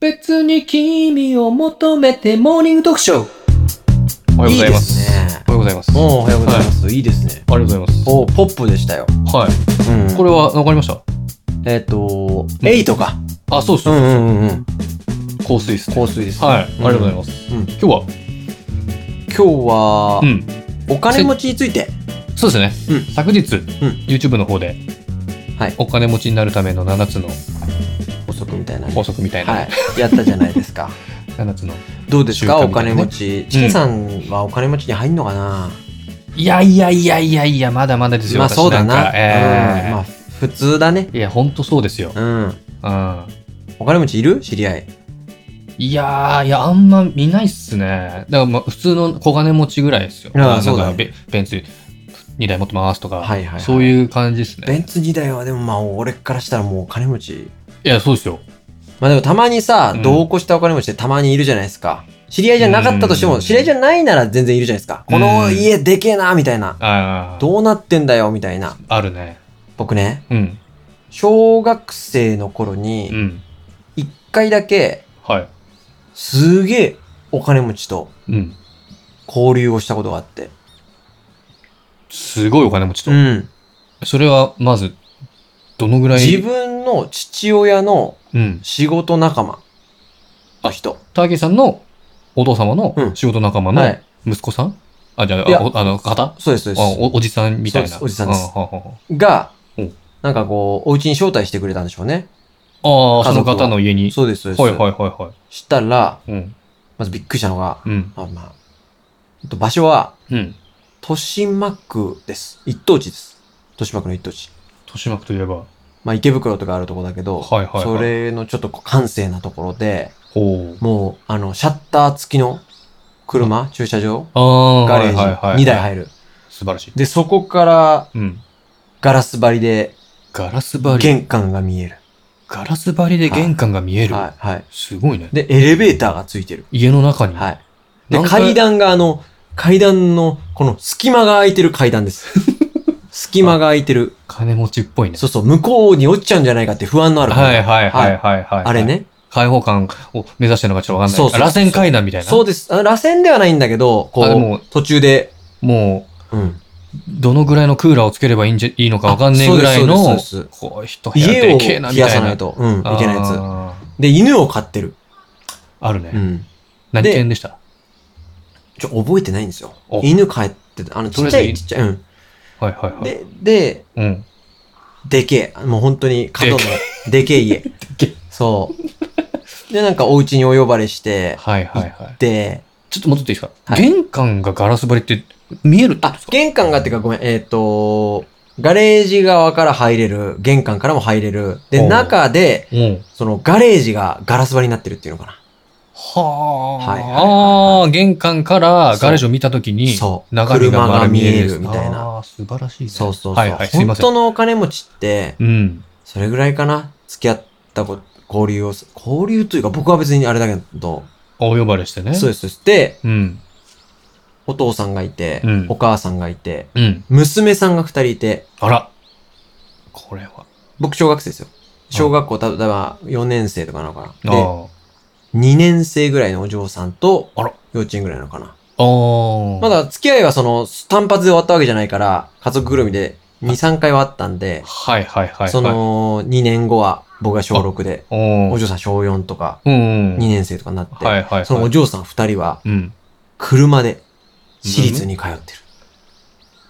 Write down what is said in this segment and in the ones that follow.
別に君を求めてモーニング読書おはようございます。いいですねおはようございます。おおはようございます、い、いですねありがとうございおポップでしたよ、ます。はい。うん、ここれれは、わかりましたえっ、とんエイトかあ、そうです。んうんうんうん香水ですね。香水です、はい。ありんがとうございます。うん今日は、今日は、うん。お金持ちについてそうですね。うん昨日、ん YouTube の方で、はいお金持ちになるための7つの補足みたいな法則みたいな、はいやったじゃないですか7つの。 どうですか、習慣おみたい金なね持ちチキさんはお金持ちに入んのかな、いやいやいやいやいや、まだまだですよ。まあ私そうだんなかえうえんまあ普通だねいや、ほんとそうですよ。うんうん。お金持ちいる知り合いいやー、いや、あんま見ないっすね。だから、まあ、普通の小金持ちぐらいですよ。あーなんかそうだねベベンツ2台持ってますとか、はいはいはいそういう感じですベね。ンツ時代はでもまあ俺からしたらもうお金持ちいや、そうですよ。まあでもたまにさ、うん同行したお金持ちってたまにいるじゃないですか知り合いじゃなかったとしてうもん知り合いじゃないなら全然いるじゃないですかこの家でけえなみたいなああ、どうなってんだよみたいなあるね。僕ねうん。小学生の頃うにん。一回だけはい。すげえお金持ちとうん。交流をしたことがあってすごいお金持ちと。うんそれは、まず、どのぐらい自分の父親のうん。仕事仲間の人。ターゲーさんのお父様のうん仕事仲間はのい。息子さん、あ、じゃいやあ、おあの、方あそうです、そうでおおじさんみたいそな。うですおじさんですあはあはす。がお、なんかこう、お家に招待してくれたんでしょうね。ああー、そ家の族は方の家に。そうです、そうです。はいはいはいはしたら、い。うん。まずびっくりしたのが、うん。あまあ、えっと場所は、うん。豊島区です。一等地です。豊島区の一等地。豊島区といえば、まあ、池袋とかあるとこだけど、はいはいはいそれのちょっとこう閑静なところで、ほう。もう、あの、シャッター付きの車、駐車場、ああ、ガレはいはいはーいジ、2台入る。素晴らしい。で、そこからうん。ガラス張りでガラス張り。玄関が見える。ガラス張りで玄関が見える。はい、はい。すごいね。で、エレベーターがついてる。家の中に。はい。で、何階階段があの、階段の、この隙間が空いてる階段です。 隙間が空いてる。金持ちっぽいね。そうそう、向こうに落ちちゃうんじゃないかって不安のある階段。はいはいはいはいはい。あれ。ね。開放感を目指してるのかちょっとわかんない。そうそうそう螺旋階段みたいな。そうです。あの螺旋ではないんだけど、こあでもう、途中で、もうん。う、どのぐらいのクーラーをつければいいんじゃいいのかわかんねえぐらいあそうのですそうで、こう、人部屋家でをけえ冷なみやたいさな。ないと、うん、いけないあやーつ。で、犬を飼ってる。あるうね。ん。何で犬でしたちょ、覚えてないんですよお。犬飼ってた。あの、ちっちとゃりあえい、ずちっちゃい。うん。はいはいはい。で、で、うん。でけえ。もう本当に、角の、でけえ 家。けえそう。で、なんかお家にお呼ばれして、はいはいはい。で、ちょっと戻っていいですかはい玄関がガラス張りって見えるってことあです、か玄関がっていうかごめん、えっ、と、ガレージ側から入れる、玄関からも入れる。おで、う中で、うん。そのガレージがガラス張りになってるっていうのかはあ、はいはいはいあー玄関からガレージを見たときに、そう眺めが丸見えです車が見えるみたいなあー素晴らしい、な。ね。そうそうそう。はいはい、すいま本せん当。のお金持ちって、うん。それぐらいかな付き合ったこ交流をす、交流というか僕は別にあれだけど、お呼ばれしてね。そううです。そうですで、ん。お父さんがいて、うんお母さんがいて、うん。娘さんが二人いて、あら。これは。僕小学生ですよ。小学校、た例えば4年生とかなのかあな。で、ー2年生ぐらいのお嬢さんと、あら幼稚園ぐらいなのかな。あー。まだ付き合いはその、単発で終わったわけじゃないから、家族ぐるみで2、3回はあったんで、はいはいはい、はい。そ、の、2年後は僕が小6で、おおー嬢さん小4とか、うん。 2年生とかになって、はいはいはい。そのお嬢さん2人は、うん。車で、私立に通ってる。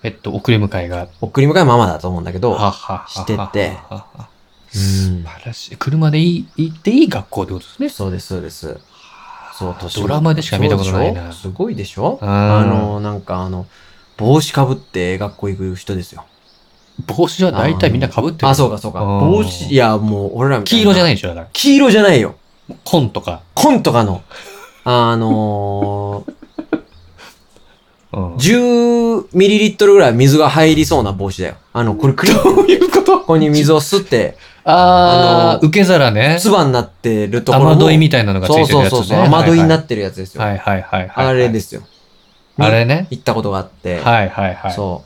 えっと、送り迎えが、送り迎えはママだと思うんだけど、ははしててはははう素ん晴らしい。車でいい、行っていい学校ってことですね。そうです、そうです。そう、年ドラマでしか見たことないそうでなしょすごいでしょあーあの、なんかあの、帽子かぶって学校行く人ですよ。帽子は大体みんな被ってる。あ、そうかそうか。あー帽子、いや、もう俺らみたいな。。黄色じゃないいんでしょだから。黄色じゃないよ。紺とか。紺とかの、あのうんー、10ミリリットルぐらい水が入りそうな帽子だよ。あの、これクリどういうことここに水を吸って、ああー、受け皿ね。唾になってるところの。雨どいみたいなのがつそういてるそうやつそうね。そう。雨どいになっってるやつですよ。はいはいはいはい。。あれですすよ。あれね。行ったことがあって。はいはいはい。そ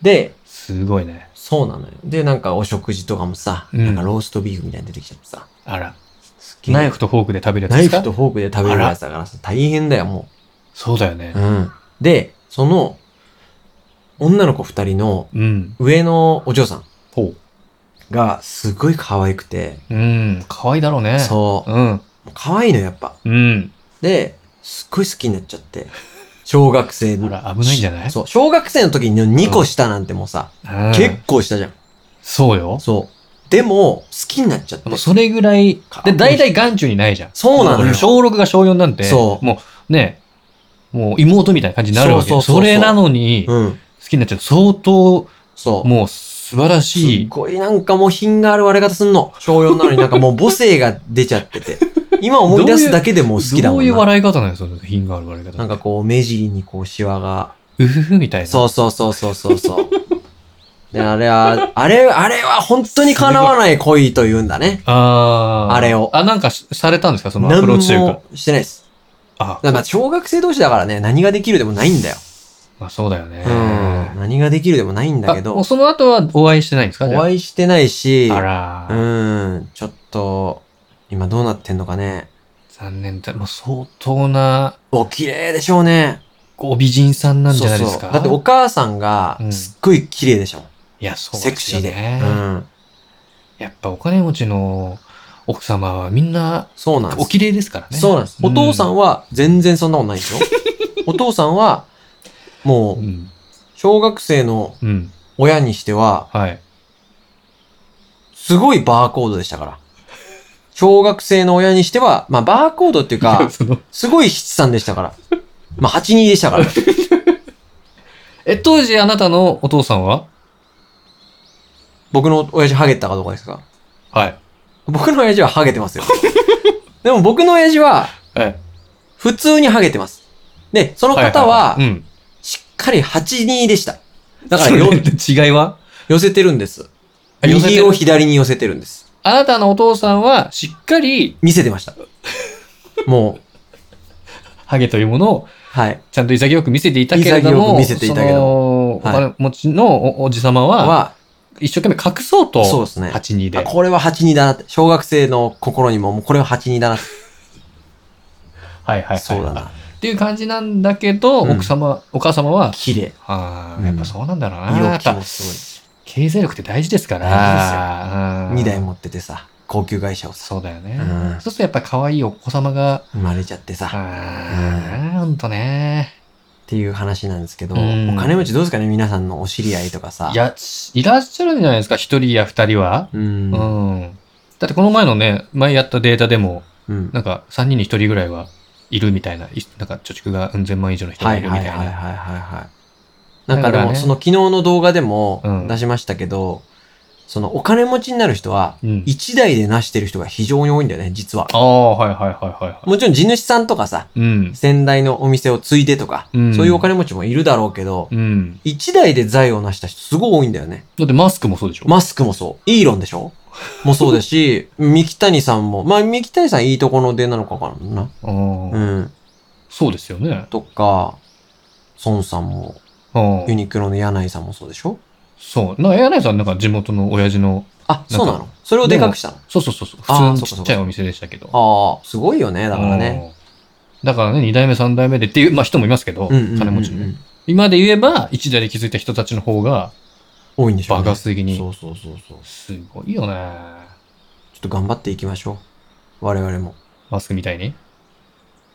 う。で、すごいね。そうなのよ。で、なんかお食事とかもさ、うんなんかローストビーフみたいに出てきちゃってさ、あら。すきナイフとフォークで食べるやつナでイすかフとフォークで食べるやつだからさ、大変だよ、もそうだよねう。う。ん。で、その、女の子二人のうん。上のお嬢さんほがすごい可愛くて、う。うん。可愛いだろうね。。そううん。う。可愛いの、やっぱ。うん。で、すっごい好きになっちゃって。小学生ほの。ら、危ないんじゃないそう。小学生の時に2個下なんてもうさ、うん。結構下じゃん。そうよ。そう。でも、好きになっちゃっでても。それぐらいか、で、大体眼中にないじゃん。そうなのよ小6が小4なんて、そうもうね、もう妹みたいな感じになるわけそうそうそうそうれなのに、好うん。きになっちゃうと相当、そう。もう素晴らすしっい。ごいなんかもう品がある割れ方すんの。小4なのになんかもう母性が出ちゃって て。今思い出すだけでもう好きだどもうんいうな。笑い方なんですか品がある笑い方。なんかこう目尻にこうシワが。うふふみたいな。そうそうそうそうそうそう。 で、あれは、あれ、あれは本当に叶わない恋というんだね。あーあれをあ、なんかしされたんですかそのア何プローチというかも。してないです。あだ、からまあ小学生同士だからね、何ができるでもないんだよ。まあそうだよね。うん。何ができるでもないんだけあもうど、その後はお会いしてないんですかおじゃあ会いしてないし、あらうー、ん、ちょっと、今どうなってんのかね。残念だ。もう相当なお綺麗でしょうね。ご美人さんなんじゃないですそうそかうだってお母さんがうんすっごい綺麗でしょ、いや、そうセでクすシよーで、ね。うん。やっぱお金持ちの奥様はみんなそうなんでおす、綺麗ですからね。そうなんです。お父さんは、は全然そんなことな いですよ。お父さんは、もうう、ん、小学生のうん、親にしては、はい。すごいバーコードでしたから。小学生の親にしては、まあバーコードっていう 、かそのすごい七三でしたから。まあ82でしたから。え、当時あなたのお父さんは僕の親父ハゲったかどうかですかはい。僕の親父はハゲてま すよ。でも僕の親父は、はい。普通にハゲてます。で、そのいい方はいう、ん。しっかり82でした。だだかからら、よよ、違いは寄せてるんです。あ寄せて右るを左に寄せてるんです。あなたのお父さんはしっかり見せてました。もう、ハゲというものをはい。ちゃんと潔く見せていたけれども、潔く見せていたけどもおはい金持ちのおおじ様は、は、一生懸命隠そうと、そうですね82で。あこれは82だなって。小学生の心にも、もうこれは82だなって。はいはいそうだ。な。っていう感じなんだけど、うん奥様、お母様は、綺麗。あうんあ、やっぱそうなんだろうな。や色っ気ぱもす経済力って大事ですから。う大ごんい。2台持っててさ、高級会社をさ、そうだよね。うんそうするとやっぱ可愛いお子様が、生まれちゃってさ、ああ、ほんとね。っていう話なんですけど、おうん金持ちどうですかね皆さんのお知り合いとかさ。い、や、いらっしゃるんじゃないですか、一人や二人は。う。うんん。だってこの前のね、前やったデータでも、うん。なんか3人に1人ぐらいはいるみたいな、いなんか貯蓄がうん千万以上の人はがいいるみはいたはいいはいはいな。はい。なんかだかでらも、ねその昨日の動画でもうん出しましたけど、そのお金持ちになる人は、うん一台で成してる人が非常に多いんだよね、実は。ああ、はいはいはいはいはもちろん地主さんとかさ、い。うん。先代のお店を継いでとか、うんそういうお金持ちもいるだろうけど、うん。一台で財を成した人すごい多いんだよね。だってマスクもそうでしょマスクもそう。イーロンでしょもそうだし、 三木谷さんも、まあ三木谷さんいいとこの出なのかかな。あーうん。そうですよね。とか、孫さんも、あユニクロの柳井さんもそうでしょそう。なんか、柳井さんなんか地元の親父の、あ、なんかそうなのそれをでかくしたのそうそうそうそう、あー普通のちっちゃいお店でしたけど。ああ、すごいよね、だからね。うん。だからね、2代目、3代目でっていう、まあ人もいますけど、うんうんうんうん金持ちね。今で言えば、1代で気づいた人たちの方が、多いんでしょう、ね。爆発的にそうそうそうそう。ちょすごいよね。っと頑張っていきましょう。我々も。マスクみたいに。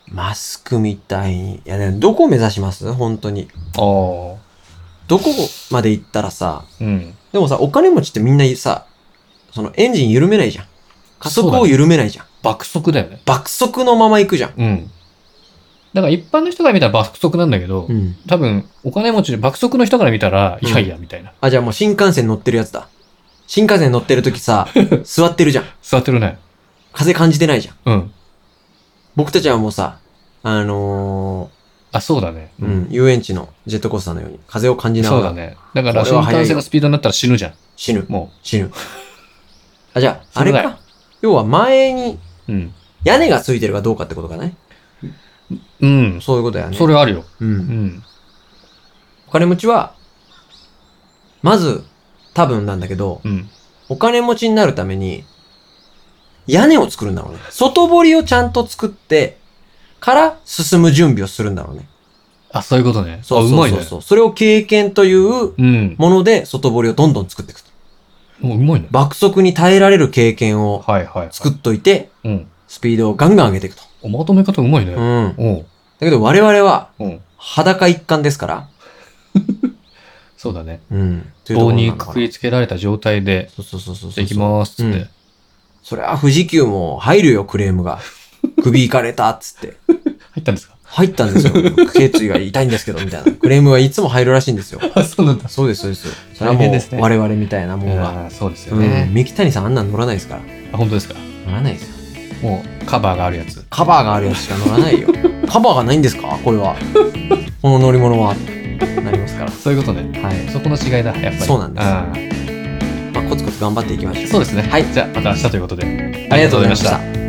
マスクみたいに。いやね、どこを目指します本当に。ああ。どこまで行ったらさ、うん。でもさ、お金持ちってみんなさ、そのエンジン緩めないじゃん。加速そうだをね緩めないじゃん。爆速だよね。爆速のまま行くじゃん。うん。だから一般の人から見たら爆速なんだけど、うん。多分、お金持ちで爆速の人から見たら、うんいやいや、みたいな。あ、じゃあもう新幹線乗ってるやつだ。新幹線乗ってる 時さ、座ってるじゃん。座ってるね。風感じてないじゃん。うん。僕たちはもうさ、あのあ、そうだね。ー、うん、遊園地のジェットコースターのように風を感じなそうだがらね。だからこれ新は早いよ幹線のスピードになったら死ぬじゃん。死ぬ、も 死ぬ。あ、じゃあ、あそれれだよか。要は前にう。うん。屋根がついてるかどうかってことかね。うん。そういうことやね。それはあるよ。う。うんん。お金持ちは、まず、多分なんだけど、うん。お金持ちになるために、屋根を作るんだろうね。外堀をちゃんと作って、から進む準備をするんだろうね。あ、そういうことね。そうあそうまいそうね。そう。それを経験といううん。もので、外堀をどんどん作っていくと。もううまいね。爆速に耐えられる経験をはいはい。作っといて、うん。スピードをガンガン上げていくと。おまとめ方うまいうね。ん。だおう。けど我々はうん。裸一貫ですから。そうだね。うん。というとこ棒ろなにのかなくくりつけられた状態で、そうそうそうそうそう。できますっつって。そりゃ富士急も入るよ、クレー ムが。首いかれたっつって。入ったん ですか入った んですよ。頸椎が痛いんですけど、みたいな。クレームはいつも入るらしいんですよ。あ、そうなんだ。そうです、そうです。それはも大変ですう、ね我々みたいなもんが。あーそうですようん。ね。三木谷さんあんなん乗らないですから。あ本当ですか乗らないですよ。もう、カバーがあるやつ。カバーがあるやつしか乗ら ないよ。カバーがないんですかこれは。この乗り物は。 なりますから。そういうことね。はい。そこの違いだ、やっぱり。そうなんですあまあ、コツコツ頑張っていきましょうー。そうですね。はい。じゃあ、また明日ということで。ありがとうございました。